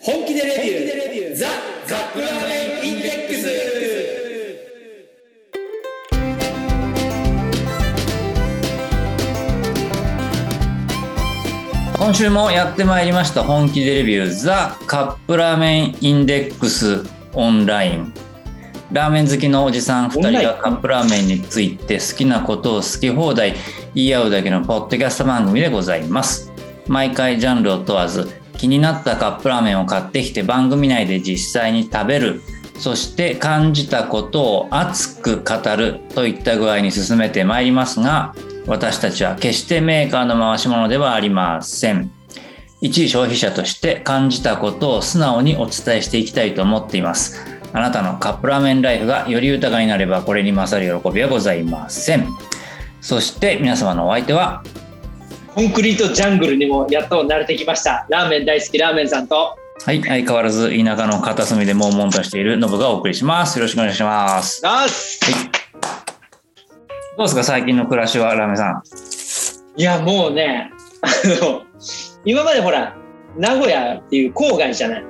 デレビューザ・カップラーメンインデックス今週もやってまいりました本気でレビューザ・カップラーメンインデックスオンラインラーメン好きのおじさん2人がカップラーメンについて好きなことを好き放題言い合うだけのポッドキャスト番組でございます毎回ジャンルを問わず気になったカップラーメンを買ってきて番組内で実際に食べるそして感じたことを熱く語るといった具合に進めてまいりますが私たちは決してメーカーの回し物ではありません一消費者として感じたことを素直にお伝えしていきたいと思っていますあなたのカップラーメンライフがより豊かになればこれに勝る喜びはございませんそして皆様のお相手はコンクリートジャングルにもやっと慣れてきましたラーメン大好きラーメンさんとはい相変わらず田舎の片隅で悶々としているノブがお送りしますよろしくお願いしますナースどうですか最近の暮らしはラーメンさんいやもうねあの 今までほら名古屋っていう郊外じゃない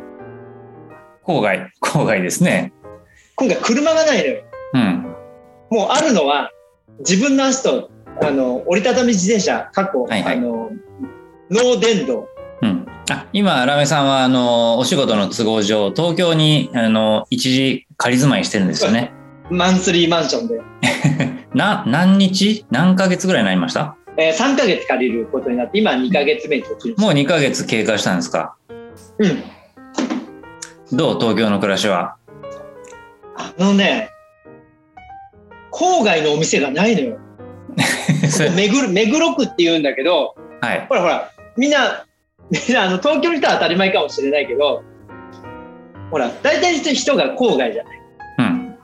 郊外郊外ですね今回車がないのようんもうあるのは自分の足とあの折りたたみ自転車過去、はいはいあのノー電動うんあ今ラーメンさんはあのお仕事の都合上東京にあの一時仮住まいしてるんですよねマンスリーマンションで、な何日何ヶ月ぐらいになりましたえー3ヶ月借りることになって今2ヶ月目に途中もう2ヶ月経過したんですかうんどう東京の暮らしは あのね郊外のお店がないのよそれ目黒目黒区って言うんだけどはいほらほら、みんな、みんなあの東京の人は当たり前かもしれないけど、ほら、大体の人が郊外じゃない、うん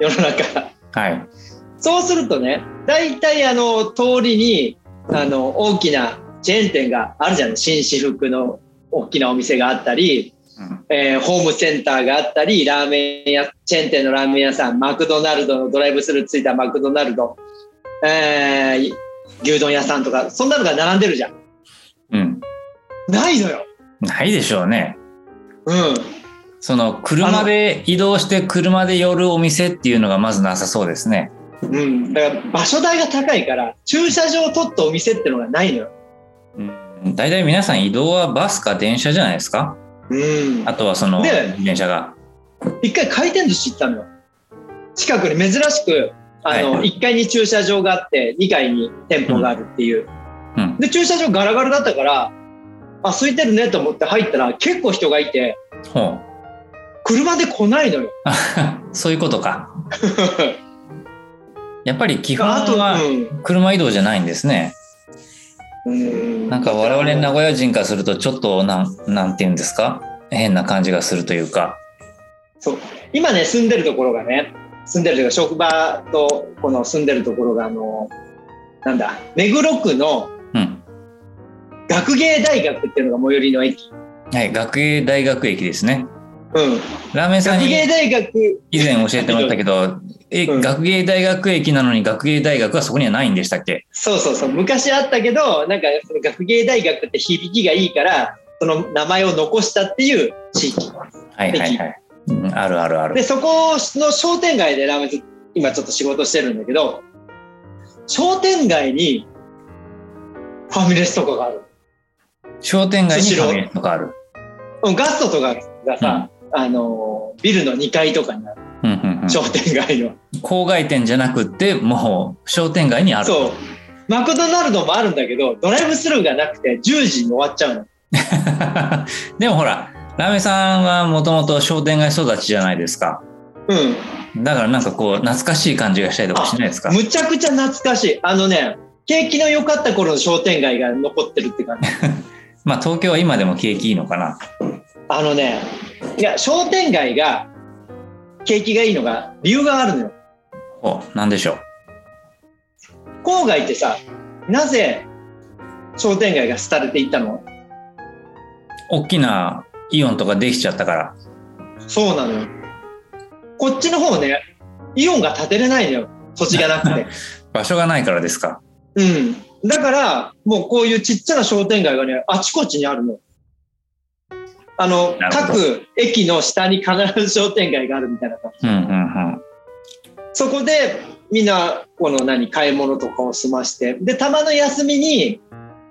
世の中。はいそうするとね、大体あの通りにあの大きなチェーン店があるじゃない、紳士服の大きなお店があったり、うんえーホームセンターがあったり、ラーメン屋、チェーン店のラーメン屋さん、マクドナルドのドライブスルーついたマクドナルド、えー牛丼屋さんとか、そんなのが並んでるじゃん。うんないのよ。ないでしょうねうん。その車で移動して車で寄るお店っていうのがまずなさそうですねうん、だから場所代が高いから駐車場を取ったお店ってのがないのよ。うん大体皆さん移動はバスか電車じゃないですかうんあとはそのね電車が一回回転寿司行ったのよ。近くに珍しくあの、は1階に駐車場があって2階に店舗があるっていう。うんで駐車場ガラガラだったからあ空いてるねと思って入ったら結構人がいてほう車で来ないのよ。 そういうこと かやっぱり基本あとはうん車移動じゃないんですねうんなんか我々名古屋人からするとちょっとなんなんて言うんですか変な感じがするというか今ね住んでるところがね住んでるというか職場とこの住んでるところがあのなんだ目黒区のうん学芸大学っていうのが最寄りの駅。はい学芸大学駅ですねうん、ラーメンさん学に芸大学、以前教えてもらったけどえ、うん学芸大学駅なのに学芸大学はそこにはないんでしたっけそうそうそう、昔あったけど、なんかその学芸大学って響きがいいから、その名前を残したっていう地域。はいはいはい、うんあるあるあで、るそこの商店街でラーメン、今ちょっと仕事してるんだけど、商店街にファミレスとかがある。商店街にスシローファミレスとかあるうんガストとかがさ、あのー、ビルの2階とかにある、うんうんうん商店街の。郊外店じゃなくってもう商店街にあるそう。マクドナルドもあるんだけど、ドライブスルーがなくて10時に終わっちゃうの。 でもほらラーメンさんはもともと商店街育ちじゃないですかうん。だからなんかこう懐かしい感じがしたりとかしないですかむちゃくちゃ懐かしい。あのね、景気の良かった頃の商店街が残ってるって感じ。まあ東京は今でも景気いいのかなあのね、いや、商店街が、景気がいいのが、理由があるのよ。おなんでしょう郊外ってさ、なぜ商店街が廃れていったの大きなイオンとかできちゃったからそうなのよ。こっちの方ね、イオンが建てれないのよ。土地がなくて。場所がないからですかうん。だから、もうこういうちっちゃな商店街がね、あちこちにあるの。あのなるほど各駅の下に必ず商店街があるみたいな感じうんうんうん。そこでみんなこの何買い物とかを済ましてでたまの休みに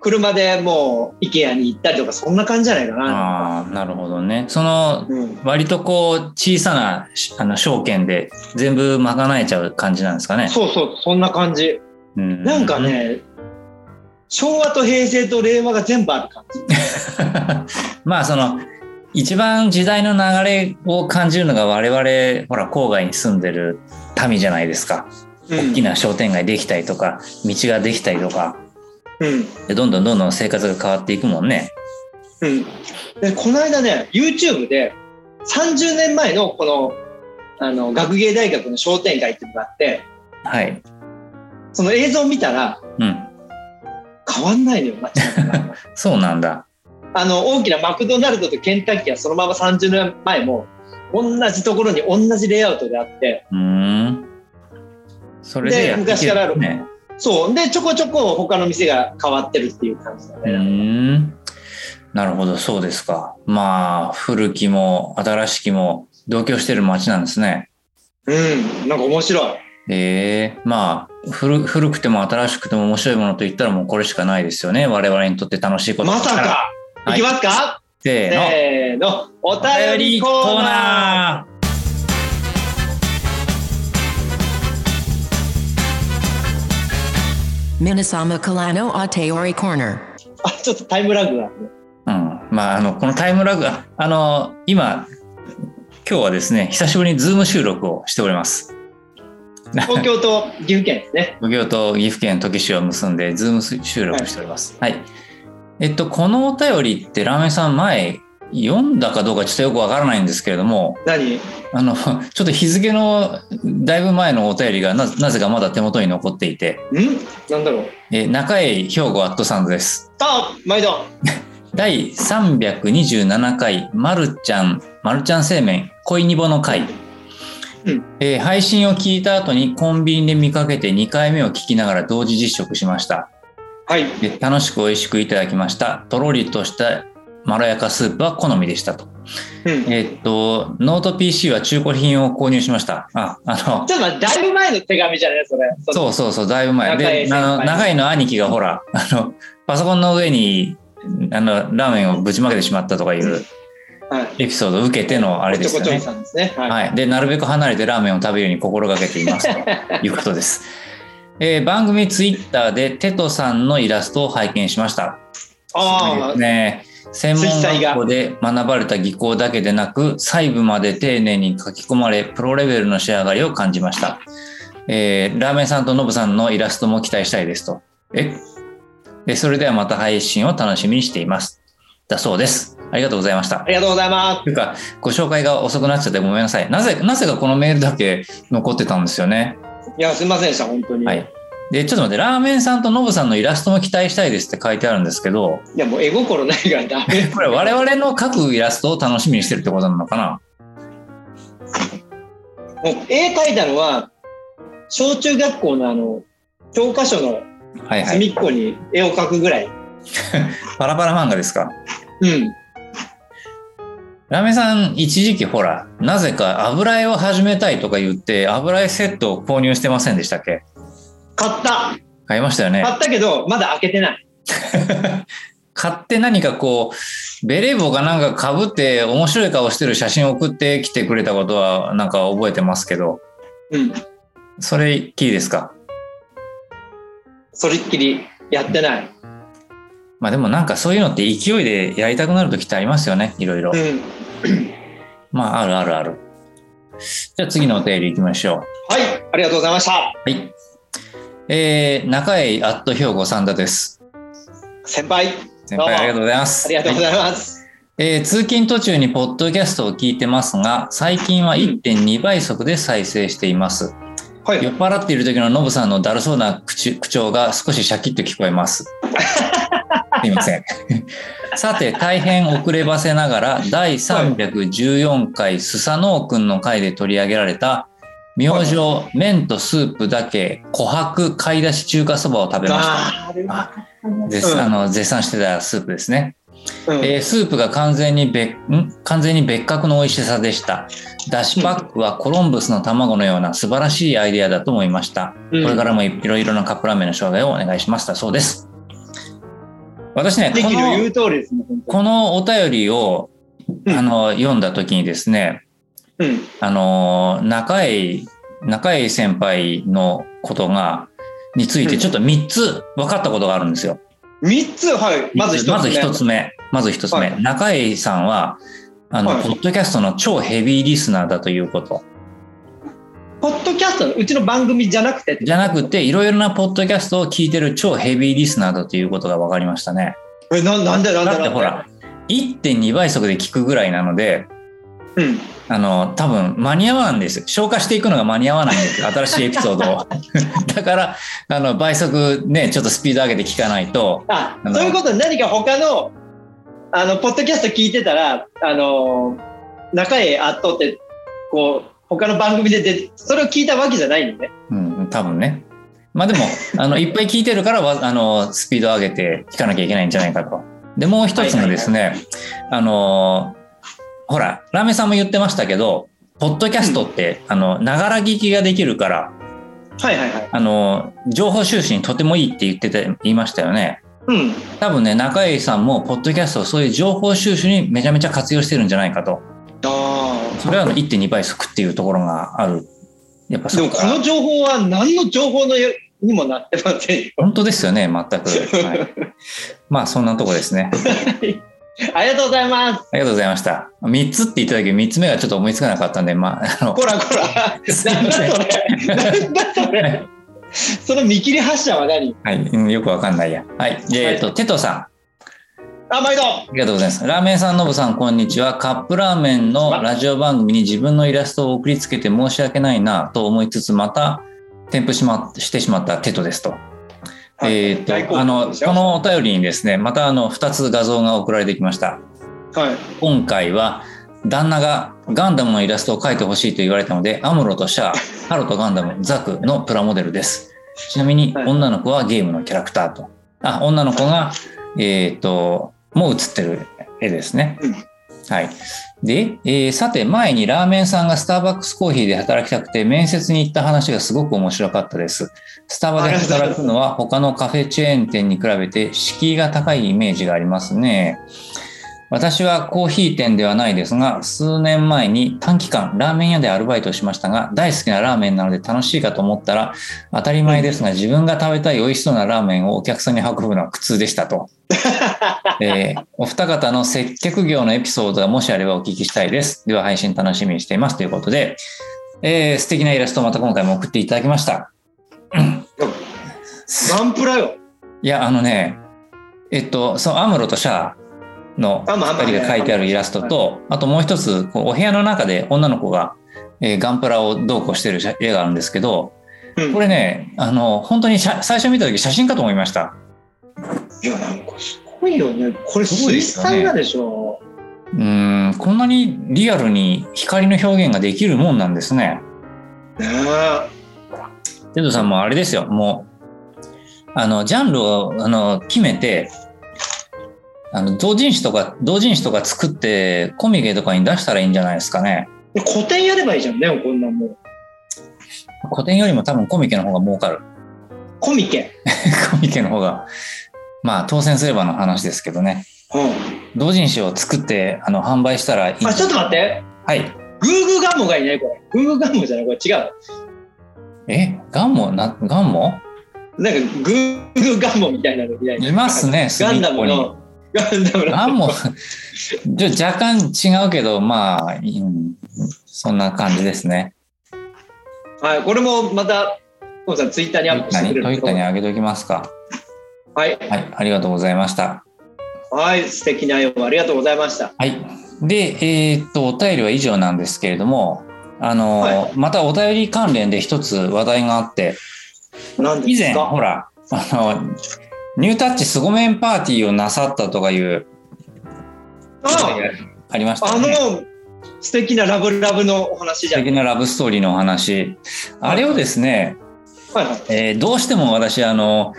車でもう IKEA に行ったりとかそんな感じじゃないかな、ああ、なるほどね。その、うん、割とこう、小さな、しあの、証券で全部賄えちゃう感じなんですかね。そうそうそんな感じうんなんか。ね、昭和と平成と令和が全部ある感じまあ、その、一番時代の流れを感じるのが我々、ほら、郊外に住んでる民じゃないですか。大きな商店街できたりとか、道ができたりとか、うんでどんどんどんどん生活が変わっていくもんね。うん、でこの間ね YouTube で30年前のこのあの学芸大学の商店街っていうのがあってはい。その映像を見たらうん。変わんないのよ街中がそうなんだ。あの大きなマクドナルドとケンタッキーはそのまま30年前も同じところに同じレイアウトであってうーん。それででやっていけ昔からあるね。そうでちょこちょこ他の店が変わってるっていう感じだうーね、ん。なるほど、そうですか。まあ、古きも新しきも同居してる街なんですね。うんなんか面白いええまあ古、古くても新しくても面白いものといったらもうこれしかないですよね。我々にとって楽しいことまさ。か、はいい、きますか、せーの。せーのお便りコーナーー Minasama Kalano Ateori Corner. あちょっとタイムラグがあるねうん。まあ、あの、このタイムラグ、ああの、今、今日はですね、久しぶりにズーム収録をしております。東京と岐阜県ですね。奉行と岐阜県土岐市を結んで、ズーム収録しております。はい。えっと、このお便りって、ラーメンさん前、読んだかどうかちょっとよくわからないんですけれども、何あの、ち ょっと日付のだいぶ前のお便りがな、なぜかまだ手元に残っていて、んなんだろうえ中江兵庫アットサンズです。さあ、毎度第327回、まるちゃん、まるちゃん製麺、恋にぼの会。うんえー配信を聞いた後にコンビニで見かけて2回目を聞きながら同時実食しました。はい。で楽しく美味しくいただきましたとろりとしたまろやかスープは好みでしたとうん。えーっとノート PC は中古品を購入しましたああのちょっと待って、だいぶ前の手紙じゃないそれ。そうそうそうだいぶ前中井で先輩あの長井の兄貴がほらあのパソコンの上にあのラーメンをぶちまけてしまったとかいうう。はい。エピソードを受けてのあれでこちすょよこちょいねさんですね。はい。はい、でなるべく離れてラーメンを食べるように心がけています ということです、えー番組ツイッターでテトさんのイラストを拝見しましたああ、ね専門学校で学ばれた技巧だけでなく細部まで丁寧に書き込まれプロレベルの仕上がりを感じました、えーラーメンさんとノブさんのイラストも期待したいですとえでそれではまた配信を楽しみにしていますだそうですありがとうございましたありがとうございまというかご紹介が遅くなっちゃってごめんなさいなぜなぜかこのメールだけ残ってたんですよねす。いや、すみませんでした、本当に。、はいいでちょっと待ってラーメンさんとノブさんのイラストも期待したいですって書いてあるんですけどや、もう絵心ないからダメ。これ我々の各イラストを楽しみにしてるってことなのかなもう絵描いたのは、小中学校のあの、教科書のはいは隅い。っこに絵を描くぐらい。パラパラ漫画ですか。うん。ラメさん、一時期ほら、なぜか油絵を始めたいとか言って、油絵セットを購入してませんでしたっけ買った買いましたよね。買ったけど、まだ開けてない。買って何かこう、ベレー帽かなんか被って面白い顔してる写真を送ってきてくれたことはなんか覚えてますけど、うん。それっきりですかそれっきりやってない。まあでもなんかそういうのって勢いでやりたくなる時ってありますよね、いろいろ。うん。まああるあるある。じゃあ次のお便り行きましょう。はい、ありがとうございました。はい。えー、中江アット兵庫さんだです。先輩、先輩ありがとうございます。ありがとうごはいざいます。えー通勤途中にポッドキャストを聞いてますが、最近は1.2倍速で再生しています。はい、酔っ払っている時のノブさんのだるそうな口口調が少しシャキッと聞こえます。 すいません。さて、大変遅ればせながら、第314回スサノオくんの回で取り上げられた、明星、麺とスープだけ、琥珀買い出し中華そばを食べました。あー絶うんあの絶賛してたスープですね。うんえースープが完全に別ん完全に別格の美味しさでしただしパックはコロンブスの卵のような素晴らしいアイデアだと思いました、うんこれからもいろいろなカップラーメンの紹介をお願いしましたそうです私ねでこきる言のう通りですね、本当このお便りをうんあの読んだ時にですねに。うん。あの中井中井先輩のことがについてちょっと3つ分かったことがあるんですよ。三つ、はい。まず一つ、ね。まず一つ目。まず一つ目。は中井さんは、あの、はいポッドキャストの超ヘビーリスナーだということ。ポッドキャストのうちの番組じゃなくて。じゃなくて、いろいろなポッドキャストを聞いてる超ヘビーリスナーだということが分かりましたね。え、ななんだよ、なんだだよ。ってほら、1.2倍速で聞くぐらいなので、うん。あの、多分間に合わないんですよ。消化していくのが間に合わないんですよ。新しいエピソードを。 だから、あの、倍速ね、ちょっとスピード上げて聞かないと、ああ、のそういうことで何か他の、あの、ポッドキャスト聞いてたら、あの、中へあっとって、こう、他の番組でで、それを聞いたわけじゃないのね。うん、多分ね。まあでも、あの、いっぱい聞いてるからわ、あの、スピード上げて聞かなきゃいけないんじゃないかと。で、もう一つのですね、あの、ほら、ラーメンさんも言ってましたけど、ポッドキャストって、あの、ながら聞きができるから、はいはいはい。あの、情報収集にとてもいいって言ってて、言いましたよね。うん。多分ね、中井さんも、ポッドキャストをそういう情報収集にめちゃめちゃ活用してるんじゃないかと。あそれはあの1.2倍速っていうところがある。やっぱあ。でそもここからの情報は何の情報のよにもなってませんよ。本当ですよね、全く。はい、 まあ、そんなとこですね。ありがとうございます。ありがとうございました。3つって言っただけど、3つ目がちょっと思いつかなかったんで、まあ、あの、こらこら。すい なんまだせん。それ。なんだそれ。その見切り発車は何はい、うんよくわかんないや。はい、でえっと、テトさん、ああ、毎度。りがとうございます。ラーメンさん、ノブさん、こんにちは。カップラーメンのラジオ番組に自分のイラストを送りつけて申し訳ないなと思いつつ、また添付し,、ま、してしまったテトですと。はいえっと大好、あ物の、でしょこのお便りにですね、またあの、2つ画像が送られてきました。はい。今回は旦那がガンダムのイラストを描いてほしいと言われたのでアムロとシャアハロとガンダムザクのプラモデルですちなみにはい女の子はゲームのキャラクターとあ女の子がえっ、ともう写ってる絵ですねうんはいで、えーさて前にラーメンさんがスターバックスコーヒーで働きたくて面接に行った話がすごく面白かったですスタバで働くのは他のカフェチェーン店に比べて敷居が高いイメージがありますね。私はコーヒー店ではないですが、数年前に短期間ラーメン屋でアルバイトをしましたが、大好きなラーメンなので楽しいかと思ったら、当たり前ですが、自分が食べたい美味しそうなラーメンをお客さんに運ぶのは苦痛でしたと。えーお二方の接客業のエピソードがもしあればお聞きしたいです。では配信楽しみにしていますということで、えー素敵なイラストをまた今回も送っていただきました。ガンプラよ。いや、あのね、えっと、そのアムロとシャアのあまあまあ2人が書いてあるイラストと、あともう一つ、こうお部屋の中で女の子が、えーガンプラをどうこうしてる写絵があるんですけど、うんこれね、あの、本当に写最初見た時写真かと思いました。いや、なんかすごいよね。これ、すごい水ですよね彩画でしょ。うーん、こんなにリアルに光の表現ができるもんなんですね。ねえ。テドさんもあれですよ、もう、あの、ジャンルを、あの、決めて、あの、同人誌とか、同人誌とか作って、コミケとかに出したらいいんじゃないですかね。古典やればいいじゃんね、こんなんもう。古典よりも多分コミケの方が儲かる。 コミケ。コミケの方が、まあ当選すればの話ですけどね。うん。同人誌を作って、あの、販売したらいい。あ、ちょっと待って。はい。グーグーガンモがいないこれ。グーグーガンモじゃないこれ違う。え、ガンも、な、ガンもなんかグーグーガンモみたいなのいない。いますね、ガ隅ンっダこムに。の。ガンダムの。ガンも、 じゃ若干違うけど、まあ、うんそんな感じですね。はい、これもまた、トムさんツイッターにアップして何くれトイるッターにあげておきますか。はい。はい、ありがとうございました。はい、素敵な読みありがとうございました。はい。で、えーっと、お便りは以上なんですけれども、あの、はまたお便り関連で一つ話題があって、何で以す前、かほら、あの、ニュータッチ凄麺パーティーをなさったとかいう、あありましたあよね。の、素敵なラブラブのお話じ素ゃん。は敵なラブストーリーのお話。あれをですね、いはい。えーどうしても私、あの、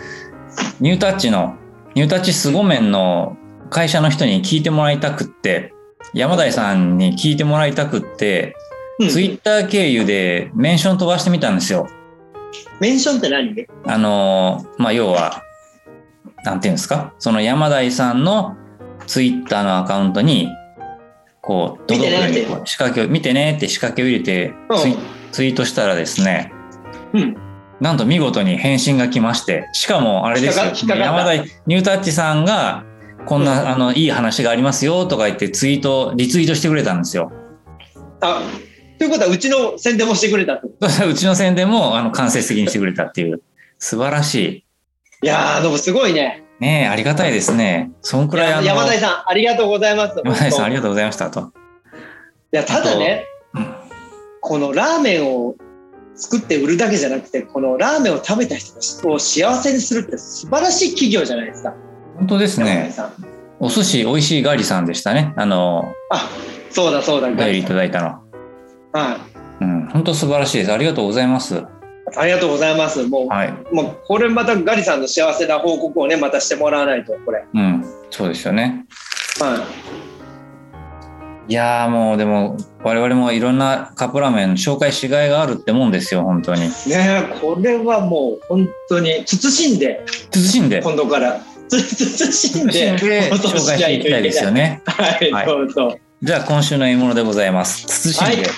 ニュータッチの、ニュータッチ凄麺の会社の人に聞いてもらいたくって、山台さんに聞いてもらいたくって、うんツイッター経由でメンション飛ばしてみたんですよ。メンションって何ねあのーまあ、要は、なんていうんですか、その山台さんのツイッターのアカウントに、こう、見てねってドドドド仕掛けを、見てねって仕掛けを入れてうんツイ、ツイートしたらですね、うん。なんと見事に返信が来まして、しかもあれですよ、引っかか引っかか山った田ニュータッチさんが、こんな、あの、いい話がありますよとか言ってツイート、リツイートしてくれたんですよ。 あ、ということはうちの宣伝もしてくれたと。そしたらうちの宣伝も、あの、間接的にしてくれたっていう、素晴らしい。いやー、でもすごいね。ねえ、ありがたいですね。そんくらいあの、山台さん、ありがとうございます。山谷さんありいがとうございましたと。や、ただねうん、このラーメンを作って売るだけじゃなくて、このラーメンを食べた人を幸せにするって素晴らしい企業じゃないですか。本当です山台ね。さん。お寿司美味しいガリさんでしたね。あの、あ、そうだそうだ、お便りいただいたの。はい。うん、本当素晴らしいです。ありがとうございます。ありがとうございます。もう、はい。もうこれまたガリさんの幸せな報告をね、またしてもらわないと、これ。うん、そうですよね。はいやーもうでも我々もいろんなカップラーメン紹介しがいがあるってもんですよ本当にい。ねえこれはもう本当に慎んで、慎んで今度から。つ慎ん慎んで、で紹介していきたいですよねはい、はいそうそう。じゃあ今週の獲物でございます慎んで、は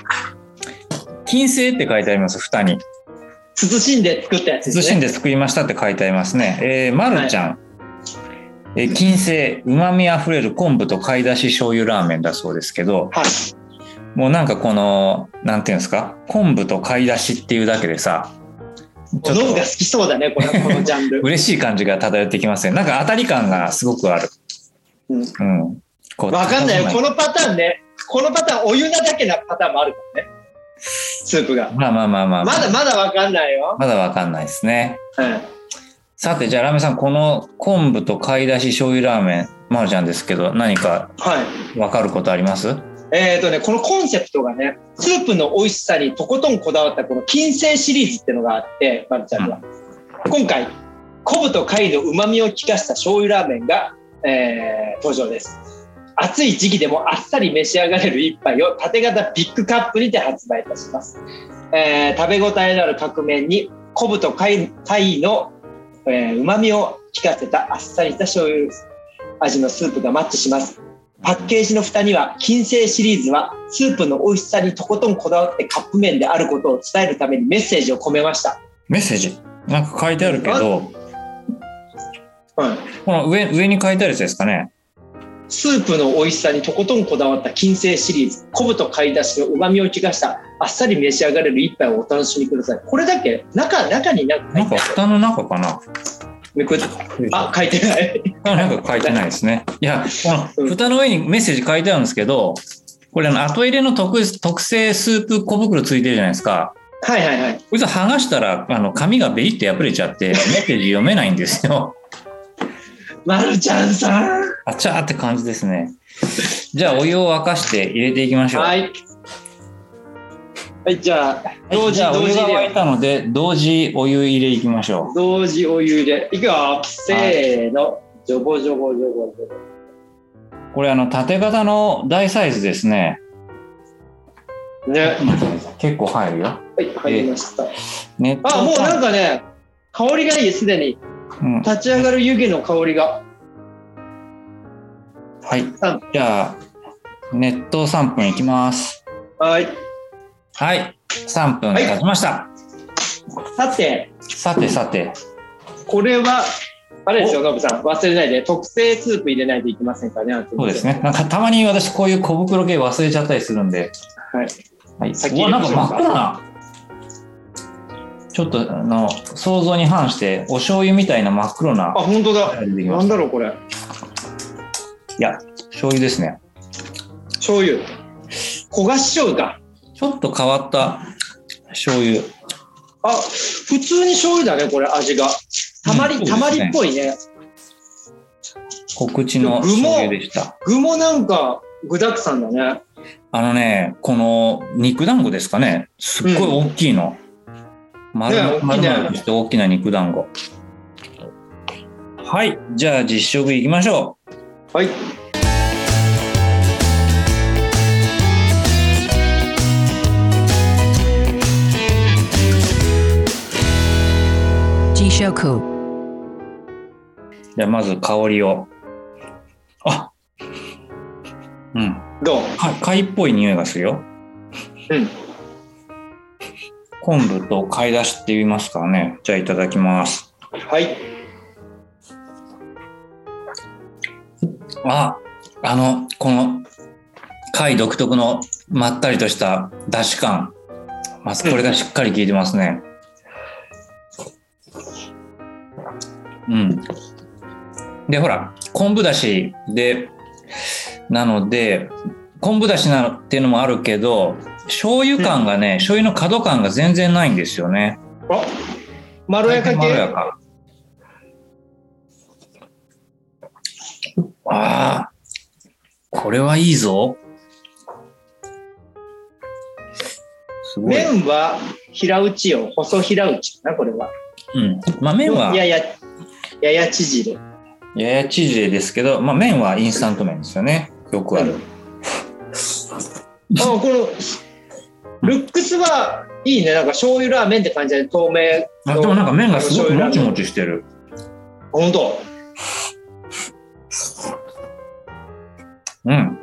金星って書いてあります蓋に慎んで作ったやつです、ね。慎んで作りましたって書いてありますねえー、まるちゃん、えー金星うまみあふれる昆布と貝だし醤油ラーメンだそうですけどはい。もうなんかこのなんていうんですか昆布と貝だしっていうだけでさちょっと脳が好きそうだね、 このこのジャンル。嬉しい感じが漂ってきますね。なんか当たり感がすごくある。うんうん。こうわかんな いよ、こ佇のパターンね。このパターン、お湯なだけなパターンもあるからね。スープが。まいまあまあまあまあ。まだまだわかんないよ。まだわかんないですね。はい。さて、じゃあラーメンさん、この昆布と貝だし醤油ラーメン、まるちゃんですけど、何かはい。わかることありますえーとね、このコンセプトがね、スープの美味しさにとことんこだわったこの金星シリーズってのがあって、まるちゃんは。今回、昆布と貝の旨味を効かした醤油ラーメンが、えー登場です。暑い時期でもあっさり召し上がれる一杯を縦型ビッグカップにて発売いたします。えー食べ応えのある角麺に昆布と貝貝のうま、えー、みを効かせたあっさりした醤油味のスープがマッチします。パッケージの蓋には金星シリーズはスープの美味しさにとことんこだわってカップ麺であることを伝えるためにメッセージを込めました。メッセージ。なんか書いてあるけど、はい、この上上に書いてあるやつですかね。スープの美味しさにとことんこだわった金星シリーズ昆布と貝だしの旨味を生かしたあっさり召し上がれる一杯をお楽しみください。これだけ中中になんかなんか蓋の中かな。めくっあ書いてない。蓋の中書いてないですね。いや、この蓋の上にメッセージ書いてあるんですけど、これあの後入れの特特製スープ小袋ついてるじゃないですか。はいはいはい。こいつ剥がしたら、あの、紙がベリって破れちゃって、 メッセージ読めないんですよ。まるちゃんさん。あちゃーって感じですね。じゃあ、お湯を沸かして入れていきましょう。。はいい。はいじゃあ同時じゃあ、お同湯時が入れ沸いよたので、同時お湯入れいきましょ同時お湯でいくよせーの、ジョボジョボジョボジョボう。これ、あの、縦型の大サイズですね。ね結構入るよ。はい入りました、熱あもうなんか、かね香りがいいすでにうん、立ち上がる湯気の香りがはい。じゃあ、熱湯3分いきます。はいはい。3分経ちました。さてさてさて、これはあれですよノブさん忘れないで特製スープ入れないといけませんからねあとそうですね。なんか、たまに私、こういう小袋系忘れちゃったりするんで。はいはい、先うわ入なれんまか真っしょうか黒な。ちょっとあの想像に反してお醤油みたいな真っ黒なあ。本当だ出てきまなしんただろうこれいや、醤油ですね。醤油焦がし醤油かちょっと変わった醤油。あ普通に醤油だねこれ味がたまり、うんたまりっぽいね小口の具も醤油でした。具もなんか具沢山だねあのね、この肉団子ですかね。すっごい大きいの。丸ね々大きい丸ね々として大きな肉団子。はい、じゃあ実食いきましょう。はい。 Jishoku. じゃあまず香りを。あうん。どうか貝っぽい匂いがするよ。うん。昆布と貝だしって言いますからね。じゃあいただきます。はい。あ、あの、この貝独特のまったりとしただし感。まずこれがしっかり効いてますね。うん。で、ほら、昆布だしで、なので、昆布だしなのっていうのもあるけど、醤油感がね、醤油の角感が全然ないんですよね。あまろやかまろや系か。ああ、これはいいぞ。すごい。麺は平打ちよ。細平打ちかな、これは。うん。まあ麺は、やや、やや縮れ。やや縮れですけど、まあ麺はインスタント麺ですよね。よくある。あ、この、ルックスはいいね。なんか醤油ラーメンって感じで透明あでもなんか麺がすごく醤油ラもーちメンもちしてる。本当うん。うん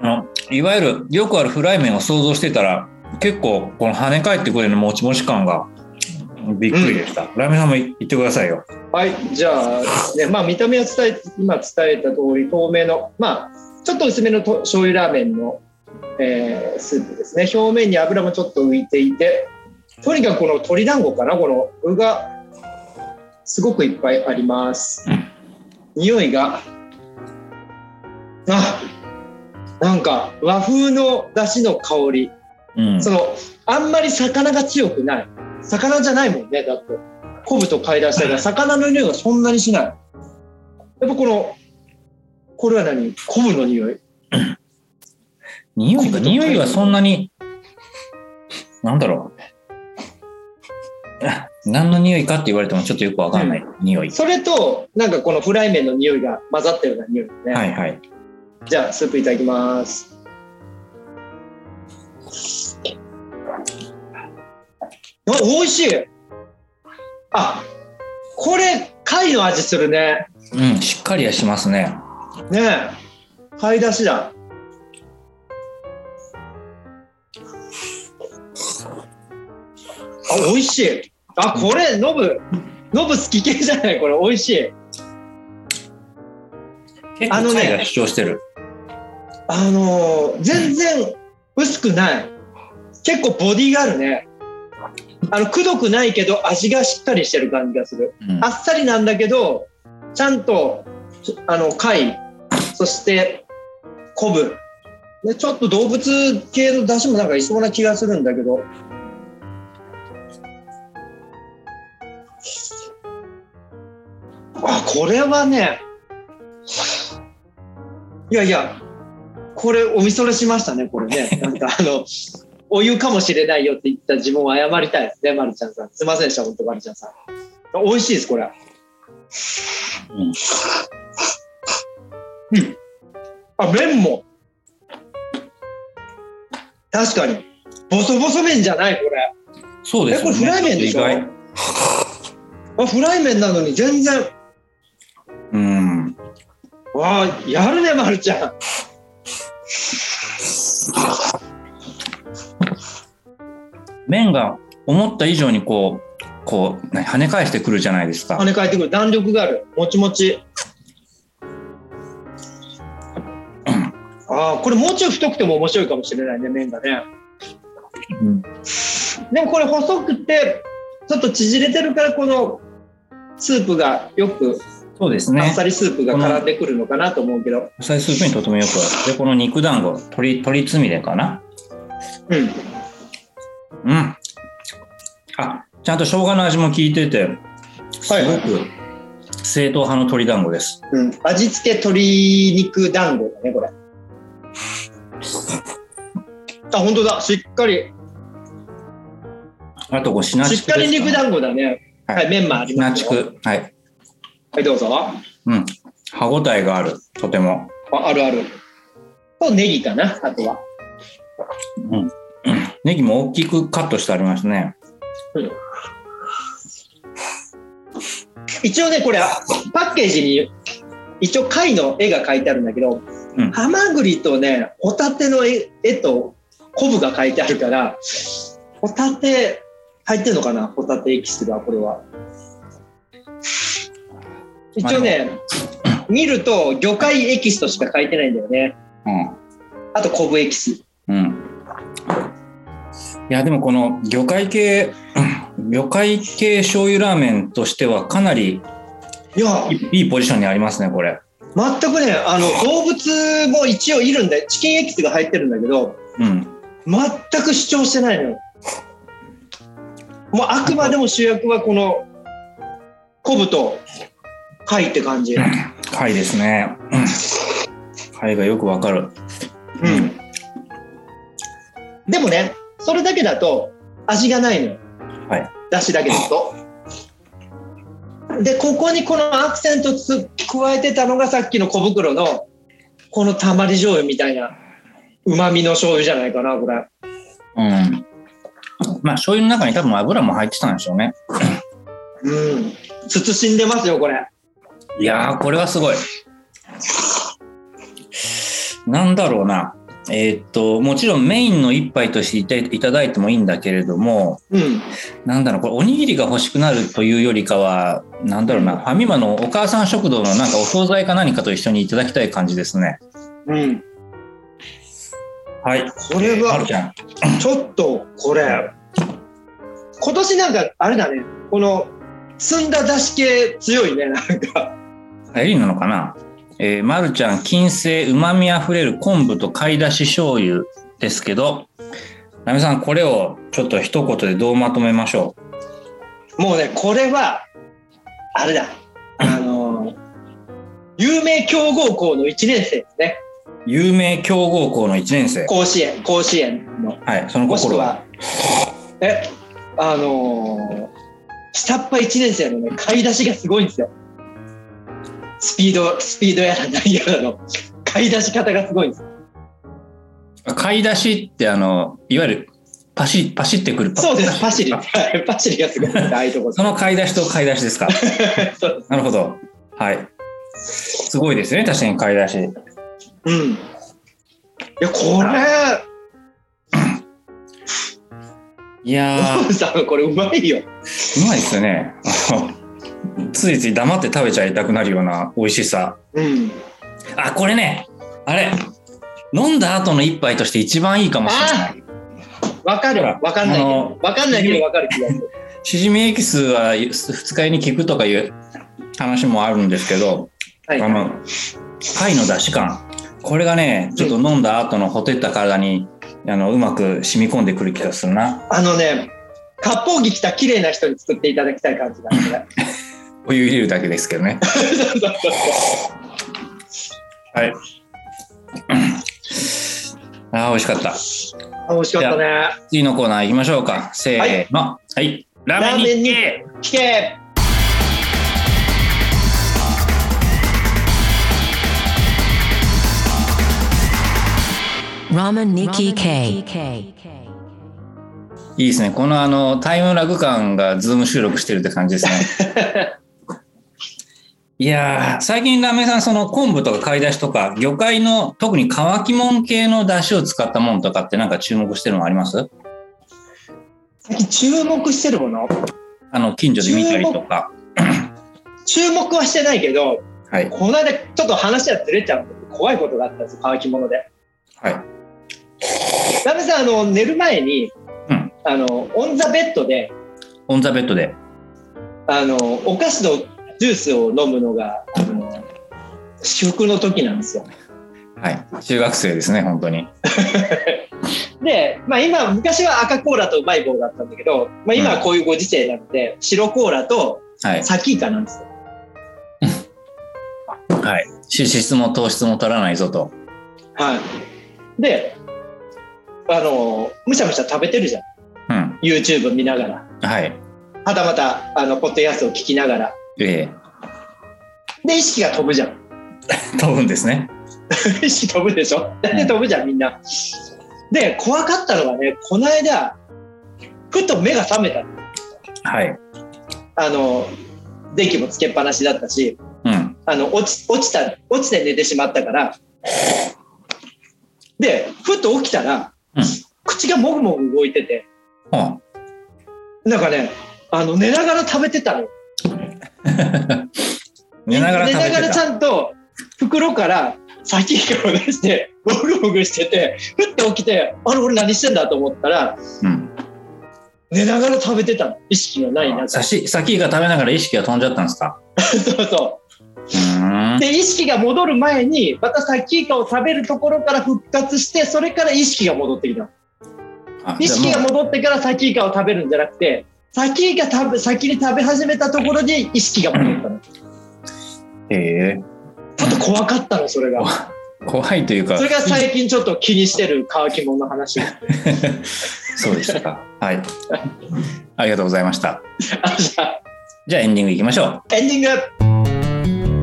あのいわゆるよくあるフライ麺を想像してたら結構この跳ね返ってくるようなもちもち感がびっくりでした、ラーメンさんも言ってくださいよはい、じゃあですね、まあ見た目は伝え、今伝えた通り透明の、まあちょっと薄めのと醤油ラーメンの、えースープですね。表面に油もちょっと浮いていて、とにかくこの鶏団子かな、この具がすごくいっぱいあります。匂いが、あ、なんか和風の出汁の香り。うんそのあんまり魚が強くない魚じゃないもんねだって昆布と貝出した から魚の匂いがそんなにしないやっぱこのこれは何昆布の匂い匂いか匂いはそんなになんだろうあ何の匂いかって言われてもちょっとよくわかんない、匂いそれとなんかこのフライ麺の匂いが混ざったような匂いね、はいはいじゃあスープいただきますあ美味しいあこれ貝の味するねうんしっかりはしますねねえ買い出しだあ美味しいあこれノブノブ好き系じゃないこれ美味しい結あ構のね貝が主張してる、あのー全然薄くない結構ボディがあるねあのくどくないけど味がしっかりしてる感じがするうんあっさりなんだけど、ちゃんと、ちょあの、貝、そして、昆布。で、ちょっと動物系の出汁もなんかいそうな気がするんだけど。あ、これはね、いやいや、これおみそれしましたね、こ れね。なんかあの、お湯かもしれないよって言った自分を謝りたいですね、まるちゃんさん。すいませんでした、本当まるちゃんさん。美味しいですこれ。うんうん。あ麺も。確かに。ボソボソ麺じゃないこれ。そうでえすこよれねフライ麺でしょ。意外あフライ麺なのに全然。うんわあやるねまるちゃん。麺が思った以上にこうこう何跳ね返してくるじゃないですか跳ね返ってくる弾力があるもちもち。ああこれもうちょい太くても面白いかもしれないね麺がね。うんでもこれ細くてちょっと縮れてるからこのスープがよくそうですあっねさりスープが絡んでくるのかなと思うけど、野菜スープにとてもよくあるでこの肉団子鶏鶏つみれかなうん、うんあちゃんと生姜の味も効いててすはいごく正統派の鶏団子ですうん、味付け鶏肉団子だねこ れあ本当だしっかりあとこうシナチしっクかりです肉団子だねはいはいメンマありシナまチすよクはいはいどうぞうん歯ごたえがある、とても。ああるある。と、ネギかな、あとは。ネギも大きくカットしてありますね。一応ね、これ、パッケージに、一応貝の絵が描いてあるんだけど、うんハマグリとね、ホタテの絵絵と昆布が描いてあるから、ホタテ、入ってるのかなホタテエキスが、これは。一応ね、見ると魚介エキスとしか書いてないんだよね。あと昆布エキス。うん。うん。いや、でもこの魚介系、うん魚介系醤油ラーメンとしてはかなりいやい、いいいポジションにありますね、これ。全くね、あの、動物も一応いるんで、チキンエキスが入ってるんだけど、うん。全く主張してないのよ。もうあくまでも主役はこの昆布と貝って感じ。う貝ですね。うん貝がよくわかる。ん。でもね、それだけだと味がないのよ。はい。だしだけだと。で、ここにこのアクセントつ加えてたのがさっきの小袋のこのたまり醤油みたいな旨味の醤油じゃないかな、これ。うん。まあ、醤油の中に多分油も入ってたんでしょうね。うん。慎んでますよ、これ。いやー、これはすごい。なんだろうな。えーっと、もちろんメインの一杯としていたいただいてもいいんだけれども、うん。なんだろう、これおにぎりが欲しくなるというよりかは、なんだろうな、ファミマのお母さん食堂のなんかお惣菜か何かと一緒にいただきたい感じですね。うん。はい。これまはるちゃん。ちょっとこれ今年なんかあれだねこの澄んだ出し系強いねなんかエリなのかなえー、まるちゃん、金星、うまみあふれる昆布と貝だし醤油ですけど、なみさん、これをちょっと一言でどうまとめましょもうねこれはあれだあの有名強豪校の1年生ですねう。有名強豪校の1年生。甲子園甲子園のはい、そのもしく心は。はえあの下っ端1年生のね買い出しがすごいんですよスピードスピードやら何やらの買い出し方がすごいんです買い出しって、あの、いわゆる、パシ、パシってくる。パそうです、パシリ。はいパシリがすごいんですああいうとこその買い出しと買い出しですか。 そうなるほど。はい。すごいですね、確かに買い出し。うん。いや、これ、いやー、トムさん、これうまいよ。うまいですよね。 あの、ついつい黙って食べちゃいたくなるような美味しさ。うん。あ、これね、あれ、飲んだ後の一杯として一番いいかもしれない。わかるわ。わかんないけあどの。わかんないけど、わかる気がする。しじみエキスは二日酔いに効くとかいう話もあるんですけど、はいあの、貝の出汁感。これがね、ちょっと飲んだ後のほてった体に、あの、うまく染み込んでくる気がするな。あのね、割烹着着た綺麗な人に作っていただきたい感じがする。お湯入れるだけですけど ね。そうそうそうはい。ああ、美味しかった。あ美味しかったね。次のコーナー行きましょうか。せーの。はい。ララーーメメンンにに行け聞けラーメンニキ K いいですね。このあのタイムラグ感がズーム収録してるって感じですね。 いやー、最近ラーメンさん、その昆布とか貝出しとか、魚介の特に乾きもん系の出汁を使ったもんとかってなんか注目してるのあります最近注目してるものあの、近所で見たりとか。注目はしてないけど、はい。この間ちょっと話はずれちゃうんだけど、怖いことがあったんですよ、乾き物で。はい。ラメさん、あの、寝る前に、うんあの、オンザベッドで、オンザベッドで。あの、お菓子のジュースを飲むのが、あの、至福の時なんですよ。はい。中学生ですね、本当に。で、まあ今、昔は赤コーラとうまい棒だったんだけど、まあ今はこういうご時世なので、白コーラとはい。サキイカなんですよ。はい。脂質も糖質も取らないぞと。はい。で、あの、むしゃむしゃ食べてるじゃん。うん。 YouTube 見ながら。はい。はたまた、あの、ポッドキャストを聞きながら。ええで、意識が飛ぶじゃん。 飛ぶんですね。石飛ぶでしょ大体飛ぶじゃんみんな。で怖かったのがねこの間ふと目が覚めたのはい。あの電気もつけっぱなしだったしうん。あの落ち落ちた落ちて寝てしまったからでふと起きたら、うん口がもぐもぐ動いててうん。なんかねあの寝ながら食べてたのよ寝ながら食べ寝ながてらちた。ゃんと袋から先を出してもぐもぐしててふって起きてあれ俺何してんだと思ったらうん。寝ながら食べてたの意識がないなさし、先が食べながら意識が飛んじゃったんですか。そうそうー。うんで意識が戻る前にまたサキイカを食べるところから復活してそれから意識が戻ってきたあ意じ識ゃがあもう戻ってからサキイカを食べるんじゃなくてサキイカ食べ先に食べ始めたところで意識が戻ったのちへょっと怖かったのそれがえ。怖いというかそ。れが最近ちょっと気にしてる乾き物の話あそうでしたか。はい。ありがとうございました。じゃあじゃあエンディングいきましょう。エンディング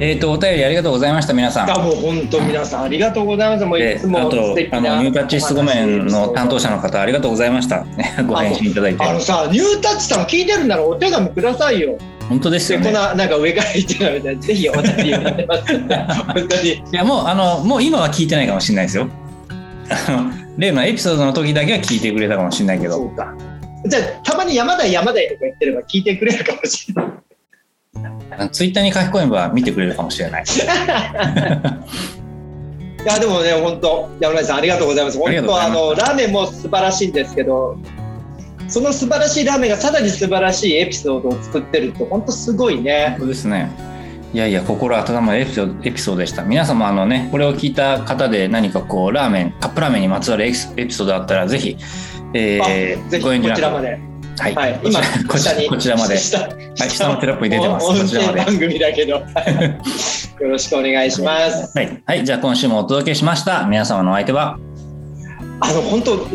えっ、と、お便りありがとうございました、皆さん。あもう本当皆さんありがとうございますもういでつもあと素敵、あなの、ニュータッチ質ごめんの担当者の方、ありがとうございました。ね ご返信いただいてあ。のさニュータッチさん聞いてるならお手紙くださいよ本当ですでよこんね。ななんか上から言ってたみたいなぜひお便りお願い しますんで本当にいや、もう、あの、もう今は聞いてないかもしれないですよ。あの、例のエピソードの時だけは聞いてくれたかもしれないけそど。うかじゃあたまに山田山田とか言ってれば聞いてくれるかもしれないツイッターに書き込めば見てくれるかもしれない。いやでもね本当山田さんありがとうございますあ本りがとうござ当あいますのラーメンも素晴らしいんですけどその素晴らしいラーメンがさらに素晴らしいエピソードを作ってるって本当すごいねそうですね。いやいや、心温まるエピソードエピソードでした。皆様、あのね、これを聞いた方で何かこう、ラーメン、カップラーメンにまつわるエピソエピソードあったら、ぜひ、えーあぜひご遠こ慮なく。ちらまではい、はいこち今らこち下らにこちらまで。下はい、下のテロップに出てます。こ音ちらま声で。番組だけど よろしくお願いしますはい、はい、じゃあ今週もお届けしました。皆様のお相手は、あの本当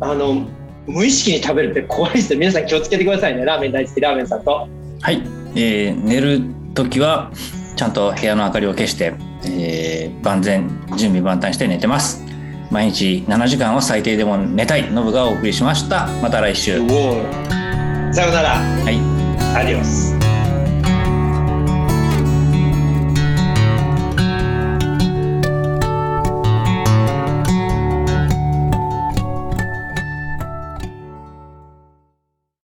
あの無意識に食べるって怖いですね皆さん気をつけてくださいねラーメン大好きラーメンさんとはい、えー寝る時は、ちゃんと部屋の明かりを消して、えー万全、準備万端して寝てます。毎日7時間は最低でも寝たい、ノブがお送りしました。また来週。さようならはいアディオス